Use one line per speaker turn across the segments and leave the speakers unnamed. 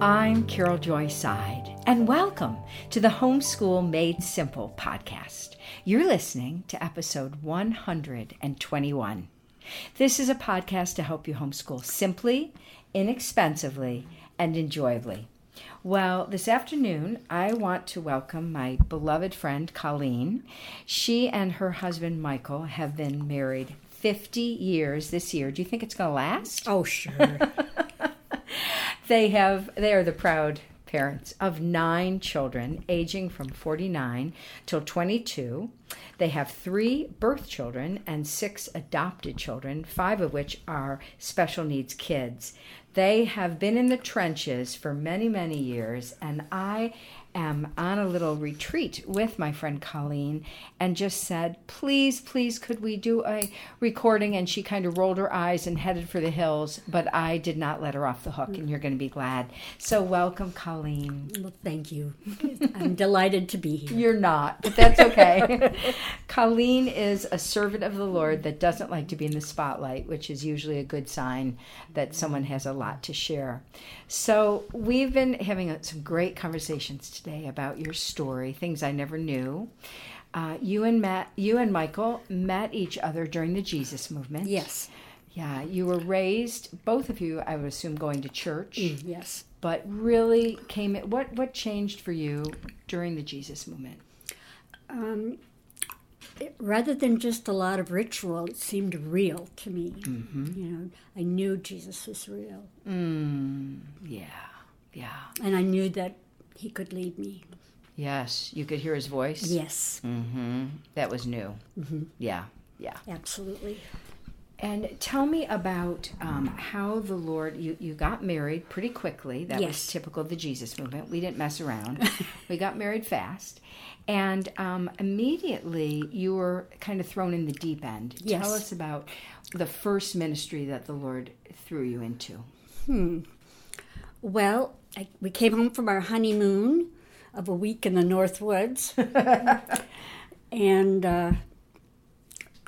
I'm Carol Joy Side, and welcome to the Homeschool Made Simple podcast. You're listening to episode 121. This is a podcast to help you homeschool simply, inexpensively, and enjoyably. Well, this afternoon, I want to welcome my beloved friend Colleen. She and her husband Michael have been married 50 years this year. Do you think it's going to last?
Oh, sure.
They have they are the proud parents of nine children aging from 49 till 22. They have 3 birth children and 6 adopted children, 5 of which are special needs kids. They have been in the trenches for many many years and I am on a little retreat with my friend Colleen and just said, Please, please, could we do a recording? And she kind of rolled her eyes and headed for the hills, but I did not let her off the hook, and you're going to be glad. So, welcome, Colleen.
well, thank you. I'm delighted to be here.
You're not, but that's okay. Colleen is a servant of the Lord that doesn't like to be in the spotlight, which is usually a good sign that someone has a lot to share. So, we've been having uh, some great conversations today about your story, things I never knew. Uh, you and Matt, you and Michael met each other during the Jesus movement.
Yes.
Yeah, you were raised, both of you, I would assume, going to church,
Yes.
but really came. What what changed for you during the Jesus movement?
Um, Rather than just a lot of ritual, it seemed real to me. You know, I knew Jesus was real,
Yeah, yeah.
and I knew that he could lead me.
Yes, you could hear his voice. Mm-hmm.
Yes,
That was new. Yeah, yeah.
absolutely.
Mm-hmm. And tell me about um, how the Lord, you, you got married pretty quickly. That was
Yes.
typical of the Jesus movement. We didn't mess around, we got married fast. And um, immediately you were kind of thrown in the deep end.
Yes.
Tell us about the first ministry that the Lord threw you into.
Well, I, we came home from our honeymoon of a week in the North Woods, and uh,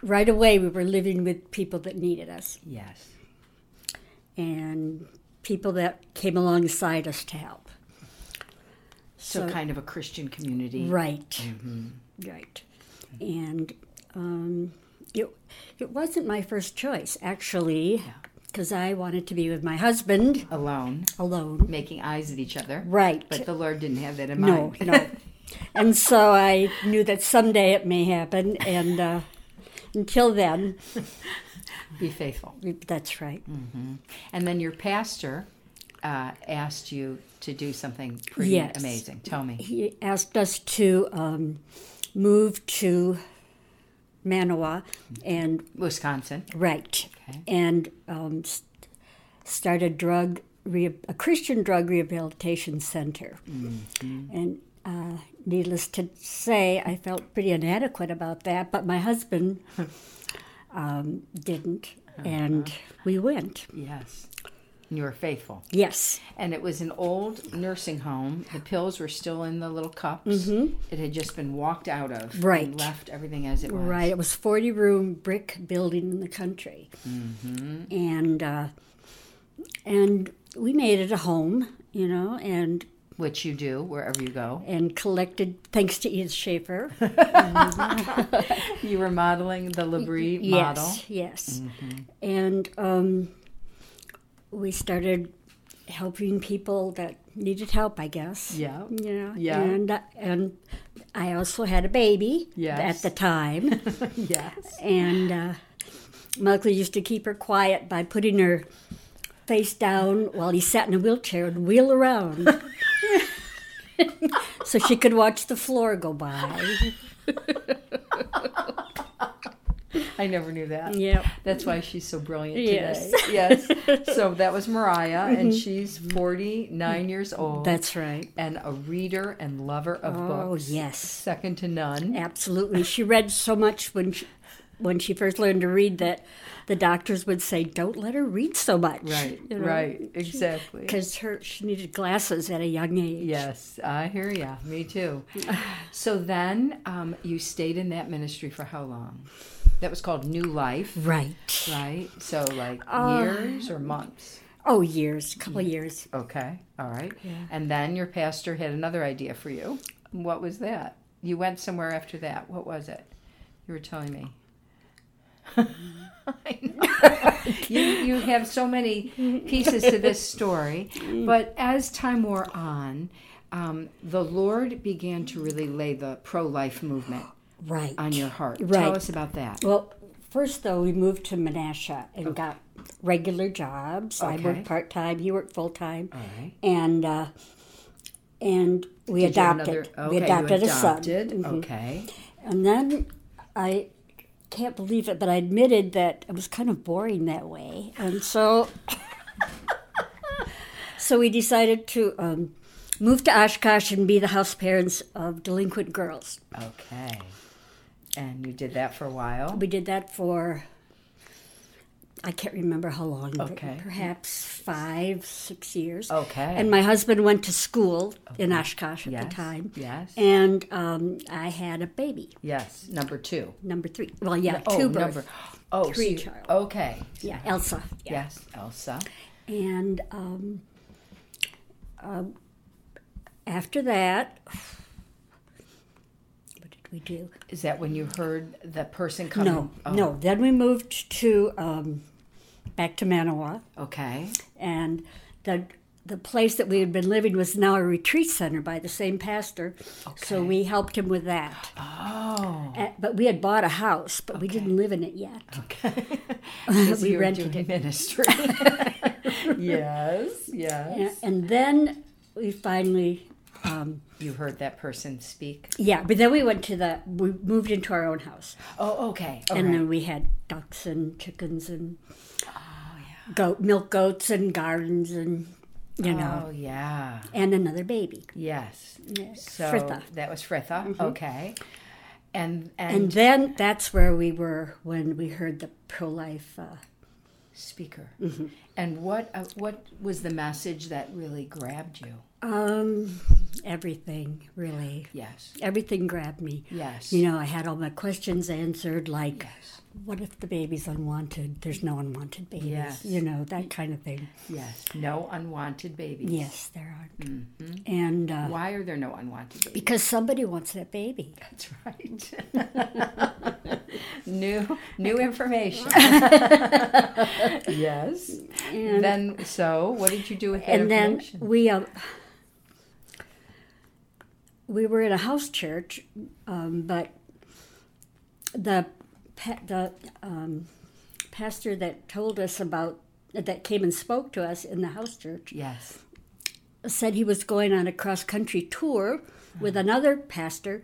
right away we were living with people that needed us.
Yes.
and people that came alongside us to help.
So,
So-
kind Mm-hmm. of a Christian community.
Right. Right. And um, it, it wasn't my first choice, actually, because I wanted to be with my husband
Alone,
alone.
making eyes at each other.
Right.
But the Lord didn't have that in
no,
mind.
no. and so I knew that someday it may happen. And uh, until then,
Be faithful.
we- that's right.
And then your pastor uh, asked you to do something pretty
Yes.
amazing. Tell me.
he asked us to um, move to Manawa and
Wisconsin.
right
Okay.
and um, s- start a drug reha- a Christian drug rehabilitation center. And uh, needless to say, I felt pretty inadequate about that, but my husband um, didn't, and we went.
Yes. And you were faithful.
Yes,
And it was an old nursing home. The pills were still in the little cups. It had just been walked out of. and
Mm-hmm. Right.
left everything as it was.
Right. It was 40 room brick building in the country.
Mm-hmm.
And uh, and we made it a home, you know, and
Which you do wherever you go.
and collected thanks to Edith Schaefer.
You were modeling the Labrie model.
Yes, yes.
Mm-hmm.
And um, we started helping people that needed help, I guess.
Yeah.
You know,
Yeah.
and uh, and I also had a baby
Yes.
at the time.
Yes.
and uh, Muggley used to keep her quiet by putting her face down while he sat in a wheelchair and wheel around. so she could watch the floor go by.
I never knew that.
Yep.
That's why she's so brilliant today.
Yes. Mm-hmm.
Yes. So that was Mariah, and she's 49 years old.
That's right.
and a reader and lover of
Oh,
books.
yes.
Second to none.
Absolutely. She read so much when she, when she first learned to read that the doctors would say, don't let her read so much.
Right, right, exactly.
Because her she needed glasses at a young age.
Yes, I hear ya. Me too. So then um, you stayed in that ministry for how long? That was called New Life,
Right. Uh,
right? So like years or months?
Oh, years, a couple years.
Okay, all right. And then your pastor had another idea for you. What was that? You went somewhere after that. What was it? You were telling me. I know. you you have so many pieces to this story, but as time wore on, um, the Lord began to really lay the pro life movement
Right.
on your heart. Tell
Right.
us about that.
Well, first though, we moved to Menasha and got regular jobs. I
Okay.
worked part time. He worked full time,
All right.
and uh, and we
Did you have
adopted.
another-
we
okay, you
adopted, a
adopted,
son, Mm-hmm.
Mm-hmm. Okay.
and then I can't believe it, but I admitted that it was kind of boring that way, and so so we decided to. Um, Move to Oshkosh and be the house parents of delinquent girls.
Okay. And you did that for a while.
We did that for, I can't remember how long, but
Okay. Oh.
perhaps five, six years.
Okay.
And my husband went to school in Oshkosh at
yes.
the time.
Yes.
And um, I had a baby,
yes. Number two.
number three. Well, yeah,
Oh,
two birth.
number. Oh, so
Three
you-
child.
Okay.
Yeah, Elsa. Yeah.
Yes, Elsa.
And um, um, uh, after that, what did we do?
Is that when you heard the person coming?
No,
Oh,
no. Then we moved to um, back to Manawa.
Okay.
and the the place that we had been living was now a retreat center by the same pastor, so we helped him with that.
Oh.
Uh, but we had bought a house, but we didn't live in it yet.
Okay. 'Cause
We
you were
rented
doing ministry. yes. Yes.
And, and then we finally,
You heard that person speak.
yeah. But then we went to the we moved into our own house,
Oh, okay. All
and
right.
then we had ducks and chickens and
Oh,
goat milk goats and gardens and you know
Oh, yeah.
and another baby.
Yes. So
Fritha. Mm-hmm.
that was Fritha. Okay. And, and
And then that's where we were when we heard the pro life. Uh,
speaker.
Mm-hmm.
And what uh, what was the message that really grabbed you?
Um, everything really.
Yes.
Everything grabbed me.
Yes.
You know, I had all my questions answered, like, what if the baby's unwanted? There's no unwanted babies.
Yes.
You know that kind of thing.
Yes. No unwanted babies.
Yes, there aren't. And uh,
Mm-hmm. Why are there no unwanted babies?
because somebody wants that baby.
That's right. new new information. yes. then so what did you do with that
and then
information?
we um, we were in a house church, um, but the pa- the um, pastor that told us about that came and spoke to us in the house church
yes.
said he was going on a cross country tour with
Mm.
another pastor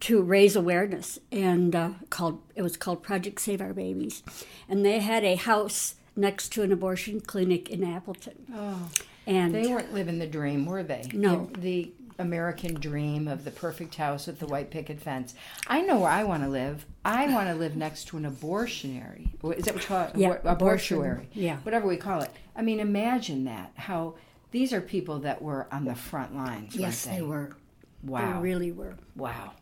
to raise awareness and uh, called it was called Project Save Our Babies, and they had a house next to an abortion clinic in Appleton.
Oh.
And
They weren't living the dream, were they?
No.
The, the American dream of the perfect house with the white picket fence. I know where I want to live. I want to live next to an abortionary. Is that what you call it?
Yeah,
Abor-
abortion,
abortuary.
yeah.
Whatever we call it. I mean, imagine that. How these are people that were on the front lines. weren't
Yes, they were.
Wow.
They really were.
wow.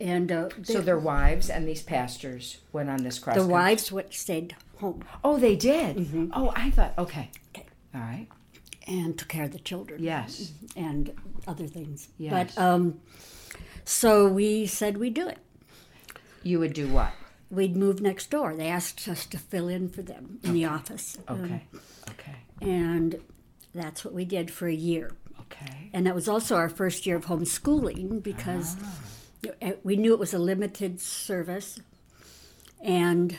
And uh, they,
So their wives and these pastors went on this cross.
the wives what stayed home
Oh, they did. Oh, I thought. Okay.
Okay.
All right.
and took care of the children
Yes.
and other things.
Yes.
But um, so we said we'd do it.
You would do what?
We'd move next door. They asked us to fill in for them in the office. Um,
Okay. Okay.
and that's what we did for a year.
Okay.
And that was also our first year of homeschooling because
Ah.
uh, we knew it was a limited service. And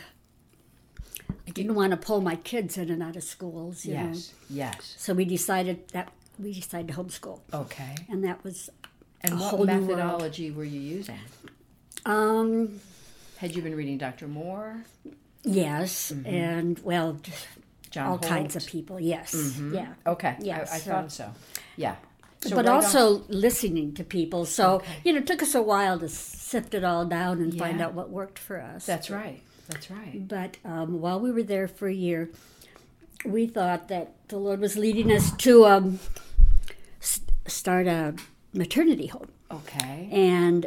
I didn't want to pull my kids in and out of schools, you know.
Yes. Yes.
So we decided that we decided to homeschool,
Okay.
and that was
And
a
what
whole new world.
methodology were you using?
um,
Had you been reading Dr. Moore,
yes,
Mm-hmm.
and well, just
John
all
Holt?
kinds of people. Yes, yeah,
Okay.
Yeah,
I, I
so-
thought so. Yeah. Mm-hmm. So
but
right on-
also listening to people. So you know, it took us a while to sift it all down and find
Yeah.
out what worked for us.
that's right. That's right.
But um, while we were there for a year, we thought that the Lord was leading us to um, s- start a maternity home.
Okay.
And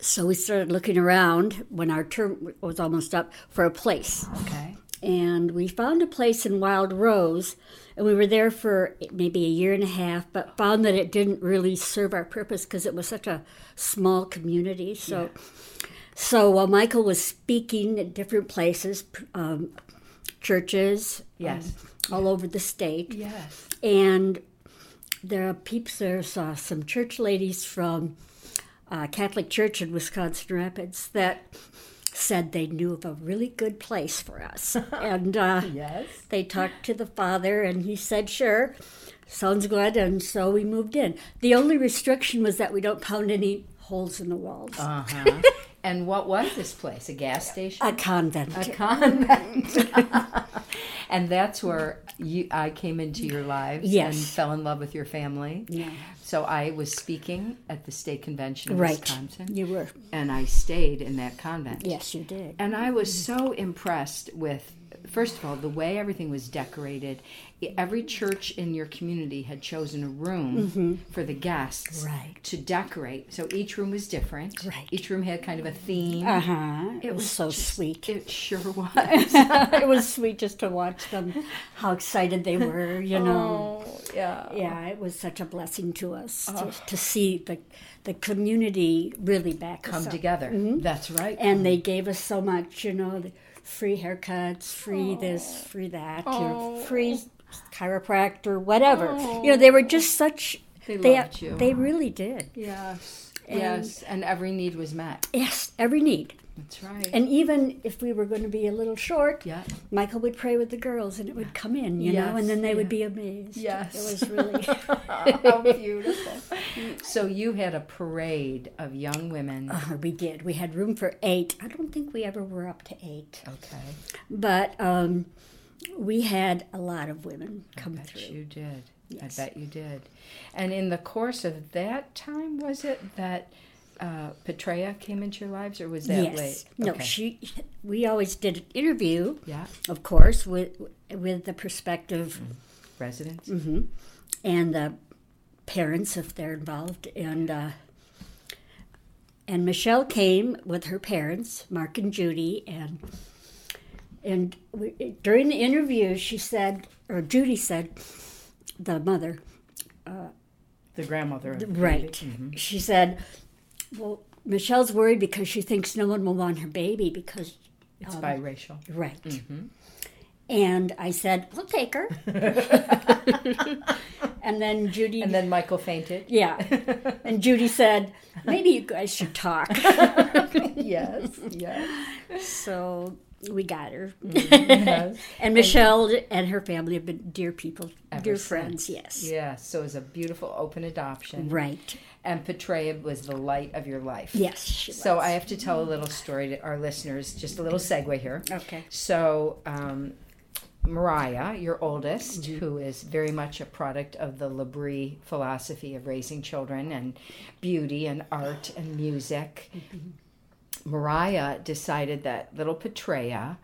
so we started looking around when our term was almost up for a place.
Okay.
and we found a place in Wild Rose, and we were there for maybe a year and a half, but found that it didn't really serve our purpose because it was such a small community. So, so while Michael was speaking at different places, um, churches,
Yes.
um, all over the state,
Yes.
and there are peeps there saw some church ladies from uh, Catholic Church in Wisconsin Rapids that said they knew of a really good place for us, and uh,
Yes.
they talked to the father, and he said, "Sure, sounds good." And so we moved in. The only restriction was that we don't pound any holes in the walls.
Uh huh. and what was this place? A gas station?
a convent.
A convent. and that's where you, I came into your lives
Yes.
and fell in love with your family. Yeah. So I was speaking at the state convention in
right.
Wisconsin,
You were.
and I stayed in that convent.
Yes, you did.
And I was so impressed with, first of all, the way everything was decorated. E, Every church in your community had chosen a room for the guests
Mm-hmm. Right.
to decorate. So each room was different.
Right.
Each room had kind of a theme.
Uh huh. It, was, so
just-
sweet.
It sure was.
it was sweet just to watch them how excited they were you know
oh, yeah.
yeah it was such a blessing to us
Oh.
to, to see the the community really back
Come
us up.
together. That's right.
mm-hmm. and they gave us so much you know the free haircuts free
Oh.
this free that you know, free chiropractor whatever you know they were just such
Oh. They loved you.
they really did
yes. yes. And every need was met.
yes every need
That's right.
and even if we were going to be a little short
yeah.
Michael would pray with the girls and it would come in, you know,
Yes,
and then they
yeah.
would be amazed.
Yes.
It was really,
How beautiful. so you had a parade of young women.
uh, we did. We had room for eight. I don't think we ever were up to eight,
Okay.
but um, we had a lot of women come
bet
through.
you did. I bet you did. And in the course of that time, was it that uh, Petrea came into your lives, or was that
yes.
late?
No,
Okay.
she, we always did an interview,
yeah,
of course, with, with the prospective
residents.
Mm-hmm. and the parents if they're involved and uh, and Michelle came with her parents Mark and Judy and and we, during the interview she said or Judy said the mother
The grandmother, of Mm-hmm. the
right
baby.
she said well Michelle's worried because she thinks no one will want her baby because
It's
Um,
biracial.
right and I said we'll take her and then Judy
And then Michael fainted.
Yeah. And Judy said, maybe you guys should talk.
yes, yes,
So we got her.
yes.
And Michelle and her family have been dear people, dear friends, yes.
Yeah, so it was a beautiful open adoption.
Right.
And Petrea was the light of your life.
Yes. She was.
So I have to tell a little story to our listeners, just a little segue here.
Okay.
So, um, Mariah, your oldest, who is very much a product of the Labrie philosophy of raising children and beauty and art and music, Mariah decided that little Petrea,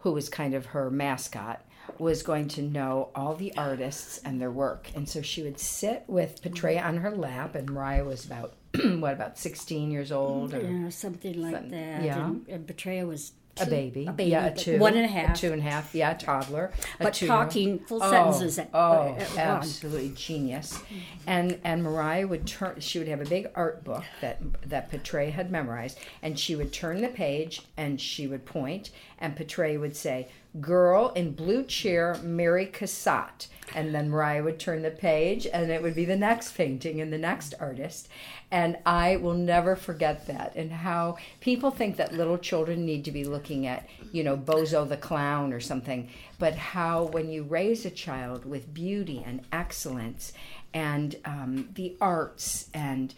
who was kind of her mascot, was going to know all the artists and their work. And so she would sit with Petrea on her lap, and Mariah was about, what, about 16 years old? Or,
You know, something like that.
yeah.
And, and Betrayal was
a
two-
baby,
A baby.
yeah, a
but
two,
One and a half.
two and a half, yeah, a toddler, a
but
two-year-old.
talking full
Oh,
sentences at,
oh,
at once. Mm-hmm.
absolutely genius! And and Mariah would turn. She would have a big art book that that Petrae had memorized, and she would turn the page, and she would point, and Petrae would say, "Girl in blue chair, Mary Cassatt." And then Mariah would turn the page, and it would be the next painting and the next artist. And I will never forget that. And how people think that little children need to be looking at, you know, Bozo the Clown or something. But how, when you raise a child with beauty and excellence and um, the arts and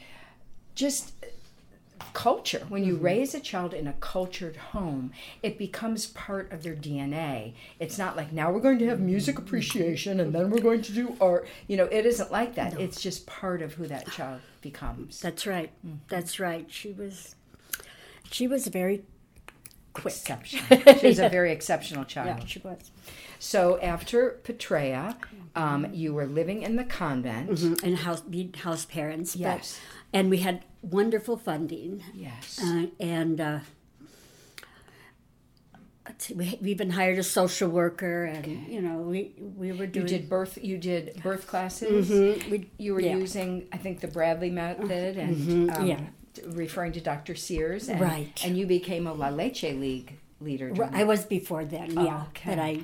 just culture. When
Mm-hmm.
you raise a child in a cultured home, it becomes part of their DNA. It's not like now we're going to have
Mm-hmm.
music appreciation and then we're going to do art. You know, it isn't like that. It's just part of who that child becomes.
That's right.
Mm-hmm.
That's right. She was, she was very quick.
Exceptional. She was a very exceptional child.
Yeah, she was.
So after Petrea, um, you were living in the convent.
Mm-hmm. and house being house parents. but-
Yes.
and we had Mm-hmm. Uh, wonderful funding,
Yes.
uh, and uh, let's yes, we, we even hired a social worker, and you know, we we were
You
doing.
did birth. You did birth classes.
we-
You were
yeah. Mm-hmm.
using, I think, the Bradley method and um,
yeah.
t- referring to Dr. Sears. And,
Right.
And you became a La Leche League leader.
Well,
during
I was before then, yeah,
Oh, okay.
but I,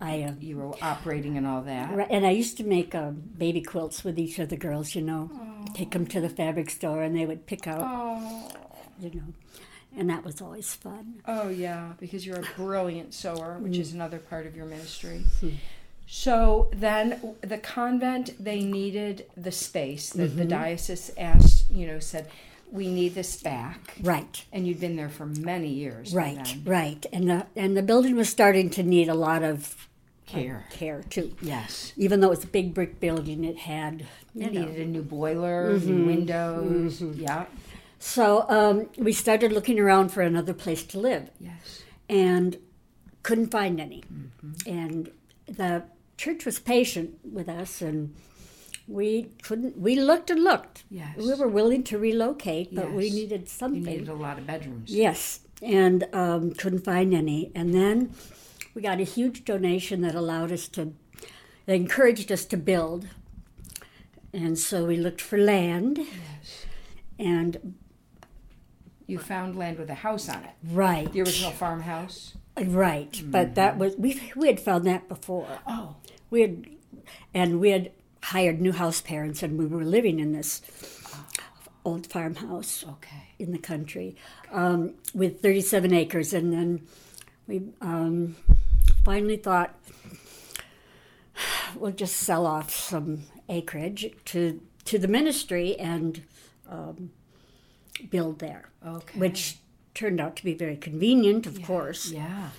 I uh,
that. You were operating and all that.
Right, and I used to make uh, baby quilts with each of the girls, you know, Take 'em take them to the fabric store and they would pick out,
Oh,
you know, and that was always fun.
oh yeah, because you're a brilliant sewer, which
Mm.
is another part of your ministry.
Hmm.
So then w- the convent, they needed the space that the
Mm-hmm.
diocese asked, you know, said, we need this back.
Right,
And you'd been there for many years. by
right,
then.
right, and the and the building was starting to need a lot of
Care.
care too.
Yes.
Even though it was a big brick building, it had you
It
know.
needed a new boiler, new windows. Yeah.
So um, we started looking around for another place to live,
Yes.
and couldn't find any.
Mm-hmm.
And the church was patient with us, and we couldn't. We looked and looked.
Yes.
We were willing to relocate, but we
Yes.
needed
You
something.
needed a lot of bedrooms.
yes, and um, couldn't find any. And then we got a huge donation that allowed us to, that encouraged us to build. And so we looked for land,
Yes.
and
You found land with a house on it.
right,
The original farmhouse.
right. But that was we we had found that before.
Oh.
we had and we had hired new house parents and we were living in this old farmhouse
Okay.
in the country um, with 37 acres and then we um, finally thought we'll just sell off some acreage to to the ministry and um, build there
Okay.
which turned out to be very convenient of course
Yeah.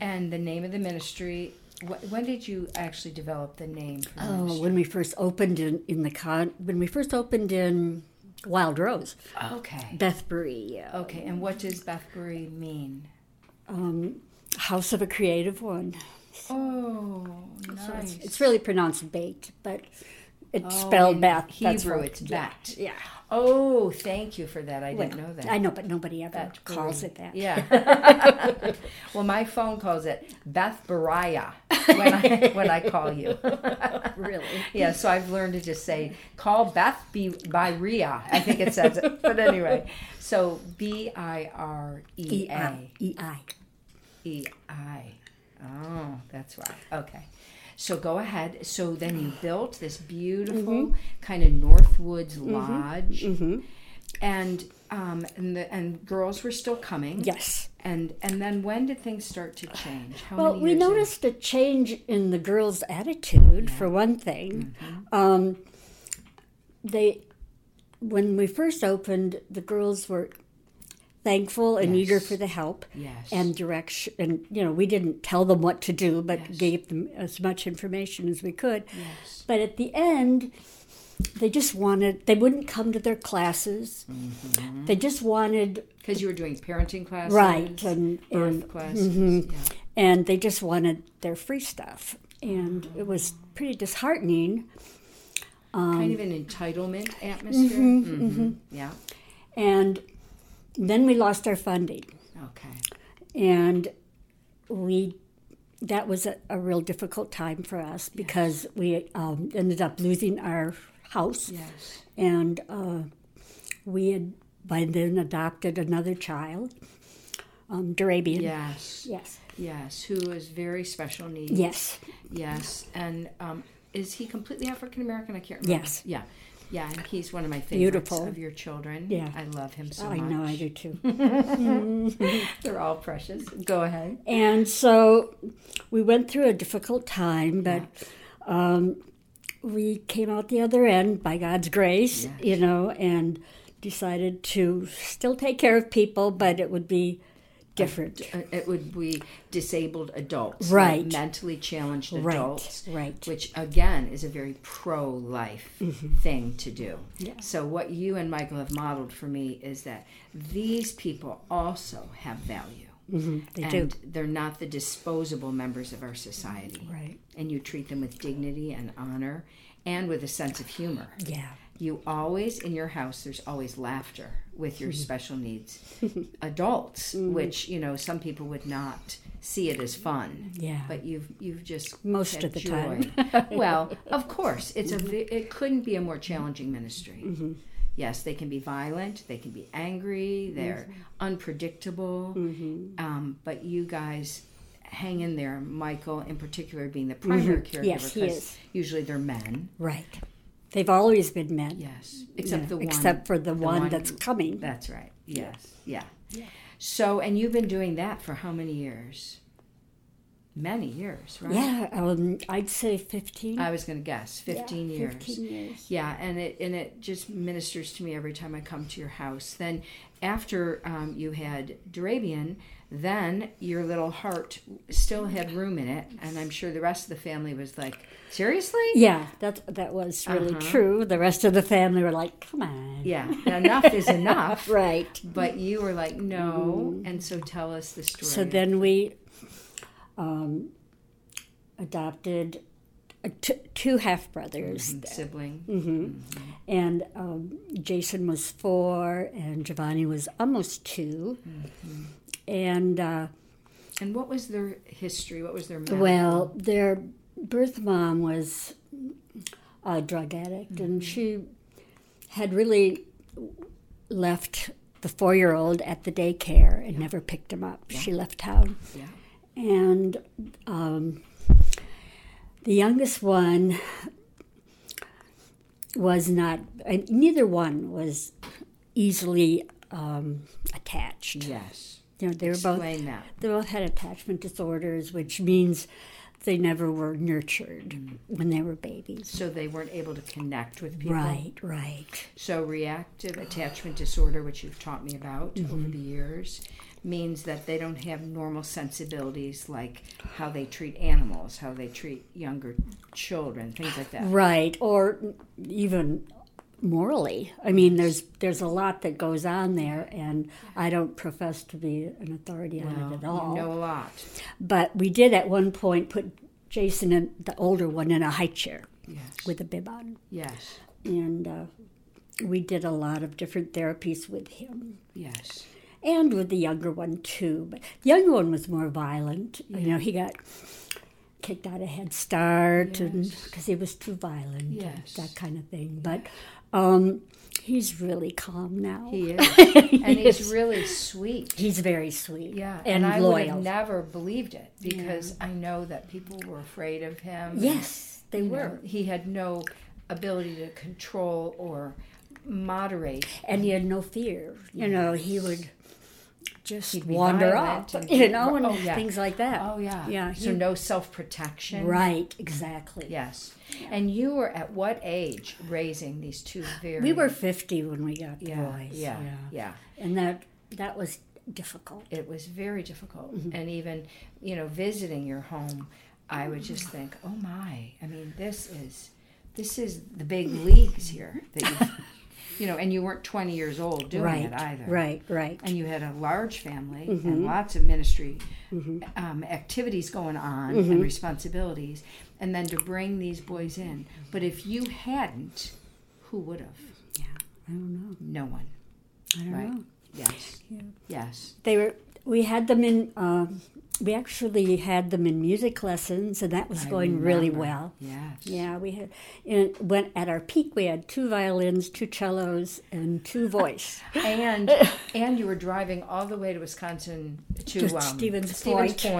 And the name of the ministry. Wh- when did you actually develop the name for the
Oh,
ministry?
when we first opened in, in the con, when we first opened in Wild Rose,
Okay.
Bethbury, uh,
Okay. And what does Bethbury mean?
Um, House of a Creative One.
Oh,
So
nice.
it's, it's really pronounced Bait, but it's spelled Beth.
Oh, Hebrew,
that's what-
it's Bet.
Yeah.
Oh, thank you for that. I didn't know that.
I know, but nobody ever
Beth
calls
Bury.
it that.
Yeah. well, my phone calls it Beth Baraya when I, when I call you.
Really.
Yeah, so I've learned to just say, call Beth B- Byria. I think it says it. But anyway, so B I R E A
E-I. E-I.
E I. Oh, that's why. Okay. So go ahead. So then you built this beautiful
Mm-hmm.
kind of Northwoods lodge. And um, and, the, and girls were still coming.
Yes.
And and then when did things start to change? How
Well,
many
we
years in?
noticed a change in the girls' attitude, for one thing.
Mm-hmm.
Um, they, when we first opened, the girls were thankful and eager for the help
Yes.
and direction. And you know, we didn't tell them what to do, but gave them as much information as we could.
Yes.
But at the end, they just wanted. They wouldn't come to their classes.
Mm-hmm.
They just wanted
Because you were doing parenting classes.
right and
Birth
and mm-hmm,
classes. Yeah.
and they just wanted their free stuff. And it was pretty disheartening. um,
kind of an entitlement atmosphere.
mm-hmm,
Mhm. Yeah.
And then we lost our funding.
Okay.
And we that was a, a real difficult time for us because we um, ended up losing our house.
Yes.
And uh, we had by then adopted another child, um, Durabian.
Yes.
Yes.
Yes. Who is very special needs.
Yes.
Yes. And um, is he completely African American? I can't remember.
Yes.
Yeah. Yeah. And he's one of my favorites
Beautiful.
of your children.
Yeah.
I love him so
I
much.
know I do too.
They're all precious. Go ahead.
And so we went through a difficult time, but um, we came out the other end by God's grace, you know, and decided to still take care of people, but it would be different.
Uh, It would be disabled adults, like
Right.
mentally challenged
Right,
adults,
right.
Which again is a very pro-life
Mm-hmm.
thing to do. So what you and Michael have modeled for me is that these people also have value.
Mm-hmm. They do.
and they're not the disposable members of our society.
Right.
And you treat them with dignity and honor and with a sense of humor.
Yeah.
you always in your house there's always laughter with
Mm-hmm.
your special needs adults which you know some people would not see it as fun
Yeah.
but you've you've just
Most
had
of the time. Mm-hmm.
joy. well of course it's a ve- it couldn't be a more challenging ministry yes they can be violent they can be angry they're unpredictable
Mm-hmm.
um, but you guys hang in there michael in particular being the primary caregiver
Mm-hmm. Yes, he
'cause
is.
usually they're men
Right. They've always been men.
Yes, except
Yeah,
the one.
except for the, one, that's coming.
That's right. Yes. Yeah. So, and you've been doing that for how many years? Many years, right?
Yeah, um, I'd say 15.
I was going to guess fifteen
Yeah,
years.
15 years.
Yeah, and it and it just ministers to me every time I come to your house. Then, after um, you had Durabian, then your little heart still had room in it, and I'm sure the rest of the family was like, "Seriously?
Yeah, that, that was really true. The rest of the family were like, come on.
Yeah, enough is enough."
Right.
But you were like, no. And so tell us the story.
So then we um, adopted uh, t- two half brothers,
Mm-hmm. sibling.
and um, Jason was four, and Giovanni was almost 2 And uh,
And what was their history? What was their map?
well, their birth mom was a drug addict, and she had really left the four year old at the daycare and never picked him up. She left town.
yeah.
and um, the youngest one was not and neither one was easily um, attached
Yes.
you know they were both
Explain that.
they both had attachment disorders which means they never were nurtured when they were babies
So they weren't able to connect with people.
right right
So reactive attachment disorder, which you've taught me about
Mm-hmm.
over the years, means that they don't have normal sensibilities like how they treat animals, how they treat younger children, things like that.
right or even morally i mean there's there's a lot that goes on there and i don't profess to be an authority on it at all
You know a lot.
But we did at one point put Jason, in, the older one, in a high chair
Yes.
with a bib on.
Yes.
And uh, we did a lot of different therapies with him
Yes.
and with the younger one, too. But the younger one was more violent. You know, he got kicked out of Head Start
Yes.
because he was too violent, and
Yes.
that kind of thing. But um, he's really calm now.
He is. and he's really sweet.
He's very sweet
Yeah,
and,
I would
loyal.
have never believed it because I know that people were afraid of him.
yes, they
You know,
were.
he had no ability to control or moderate.
and he had no fear. You know, he would just
He'd be
wander
violent
off,
and
you
he'd-
know, and
oh, yeah.
things like that.
Oh yeah,
yeah.
So
he-
no self protection.
right, exactly.
Yes, and you were at what age raising these two very?
We were fifty when we got the
yeah,
boys.
yeah, yeah,
and that that was difficult.
It was very difficult,
Mm-hmm.
and even you know visiting your home, I would
Mm.
just think, oh my, I mean this is this is the big leagues here that you you know, and you weren't 20 years old doing
right,
it either.
right, Mm-hmm. right.
And you had a large family and lots of ministry
Mm-hmm.
um, activities going on and responsibilities, and then to bring these boys in. But if you hadn't, who would have?
yeah, I don't know.
No one.
I don't
Right.
know.
Yes.
Yeah.
Yes.
They were. We had them in. Um, we actually had them in music lessons, and that was
I
going really
remember.
well.
Yes.
Yeah, we had and when at our peak we had two violins, two cellos, and two voice.
and and you were driving all the way to Wisconsin to,
To
um,
Stevens Point. Mm-hmm,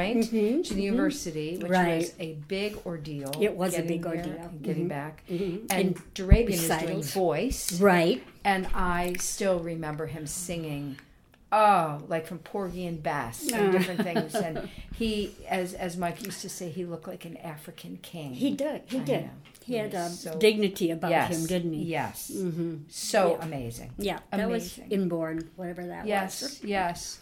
Point, to the university, which
Right.
was a big ordeal.
It was a
getting
big
there
ordeal.
and getting back. And,
And
Mm-hmm. and Durabian was doing
recitals.
voice,
Right.
and I still remember him singing. Oh, like from Porgy and Bess
Uh.
and different things, and he, as as Mike used to say, he looked like an African king.
He did. He
I
did.
know.
He had
was
um,
so-
dignity about
yes,
him, didn't he? Mm. Mm-hmm.
Yes, so amazing.
Yeah, that was
Amazing.
inborn, whatever that was.
Yes, yes.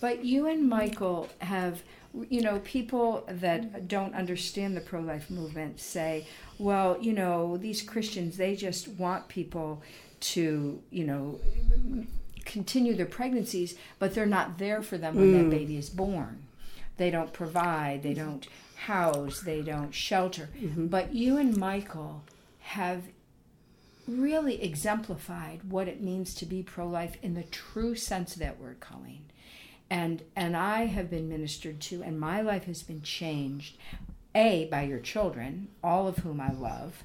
But you and Michael have, you know, people that don't understand the pro life movement say, well, you know, these Christians, they just want people to, you know, continue their pregnancies, but they're not there for them when that baby is born. They don't provide, they don't house, they don't shelter. But you and Michael have really exemplified what it means to be pro life in the true sense of that word, Colleen. And, and I have been ministered to, and my life has been changed A, by your children, all of whom I love,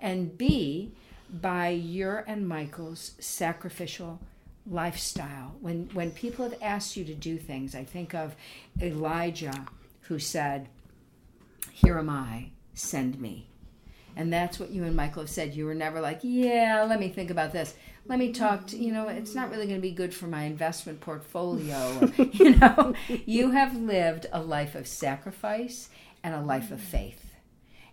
and B, by your and Michael's sacrificial lifestyle. When, when people have asked you to do things, I think of Elijah who said, Here am I, send me. And that's what you and Michael have said. You were never like, yeah, let me think about this. Let me talk to, you know, it's not really going to be good for my investment portfolio. Or, you know, you have lived a life of sacrifice and a life of faith.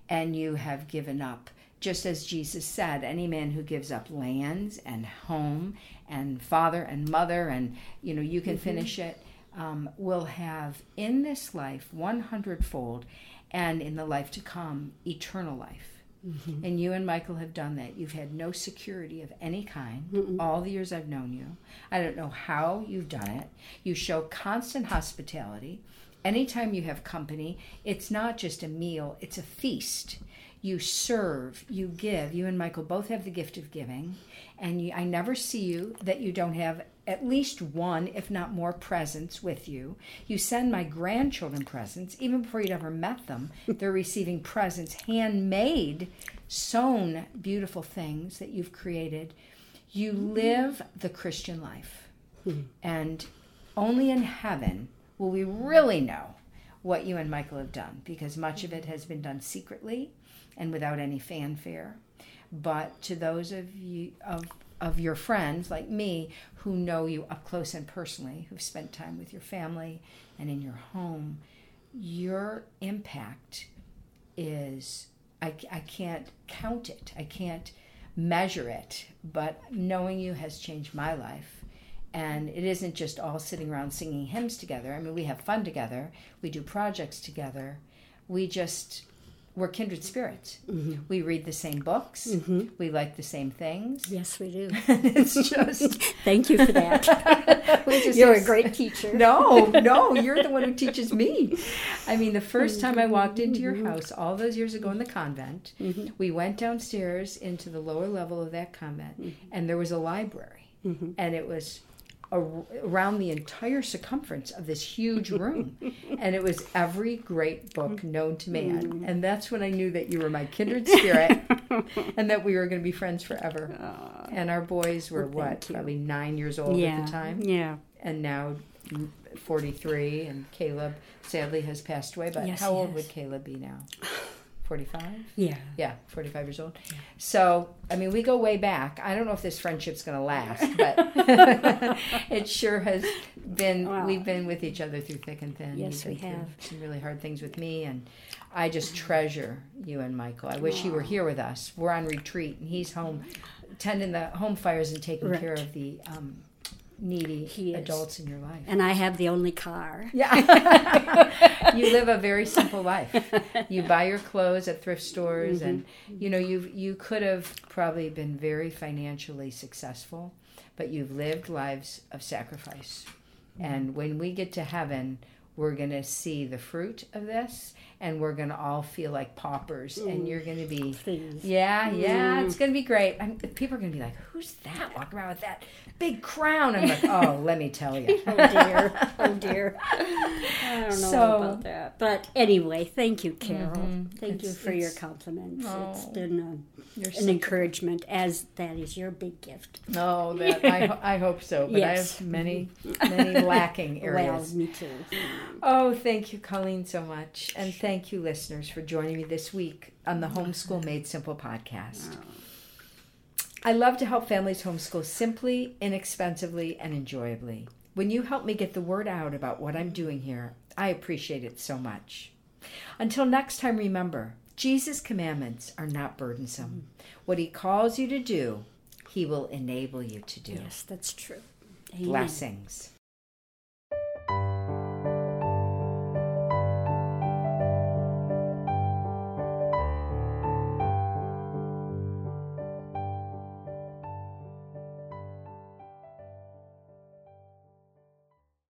And you have given up, just as Jesus said, any man who gives up lands and home and father and mother, and, you know, you can mm-hmm. finish it, um, will have in this life 100 fold and in the life to come, eternal life. Mm-hmm. And you and Michael have done that. You've had no security of any kind Mm-mm. all the years I've known you. I don't know how you've done it. You show constant hospitality. Anytime you have company, it's not just a meal, it's a feast. You serve, you give. You and Michael both have the gift of giving. And you, I never see you that you don't have at least one, if not more, presents with you. You send my grandchildren presents, even before you'd ever met them. They're receiving presents, handmade, sewn beautiful things that you've created. You live the Christian life. Mm-hmm. And only in heaven will we really know what you and Michael have done, because much of it has been done secretly and without any fanfare. But to those of you, of of your friends like me who know you up close and personally, who've spent time with your family and in your home, your impact is, I, I can't count it, I can't measure it, but knowing you has changed my life. And it isn't just all sitting around singing hymns together. I mean, we have fun together, we do projects together, we just we're kindred spirits. Mm-hmm. We read the same books. Mm-hmm. We like the same things.
Yes, we do.
it's just
thank you for that. you're a great teacher.
no, no, you're the one who teaches me. I mean, the first time I walked into your house all those years ago in the convent, mm-hmm. we went downstairs into the lower level of that convent, and there was a library, and it was around the entire circumference of this huge room. and it was every great book known to man. And that's when I knew that you were my kindred spirit and that we were going to be friends forever. Aww. And our boys were well, what, you. probably nine years old
yeah.
at the time?
Yeah.
And now 43, and Caleb sadly has passed away. But yes, how old would Caleb be now? 45
yeah
yeah 45 years old yeah. so i mean we go way back i don't know if this friendship's going to last but it sure has been wow. we've been with each other through thick and thin
yes
You've
we have
some really hard things with me and i just treasure you and michael i wish Mm-hmm. wow. you were here with us we're on retreat and he's home tending the home fires and taking right. care of the um, needy adults in your life.
And I have the only car.
Yeah. you live a very simple life. You buy your clothes at thrift stores mm-hmm. and you know you you could have probably been very financially successful, but you've lived lives of sacrifice. Mm-hmm. And when we get to heaven, we're going to see the fruit of this and we're going to all feel like paupers mm. and you're going to be
Please.
yeah yeah mm. it's going to be great I'm, people are going to be like who's that walking around with that big crown i'm like oh let me tell you
oh dear oh dear i don't know so, about that but anyway thank you carol mm-hmm. thank it's, you for your compliments oh, it's been a, an so encouragement good. as that is your big gift
oh that, I, I hope so but yes. i have many many lacking areas
well, me too
Oh, thank you, Colleen, so much. And thank you, listeners, for joining me this week on the Homeschool Made Simple podcast. I love to help families homeschool simply, inexpensively, and enjoyably. When you help me get the word out about what I'm doing here, I appreciate it so much. Until next time, remember Jesus' commandments are not burdensome. What he calls you to do, he will enable you to do.
Yes, that's true.
Amen. Blessings.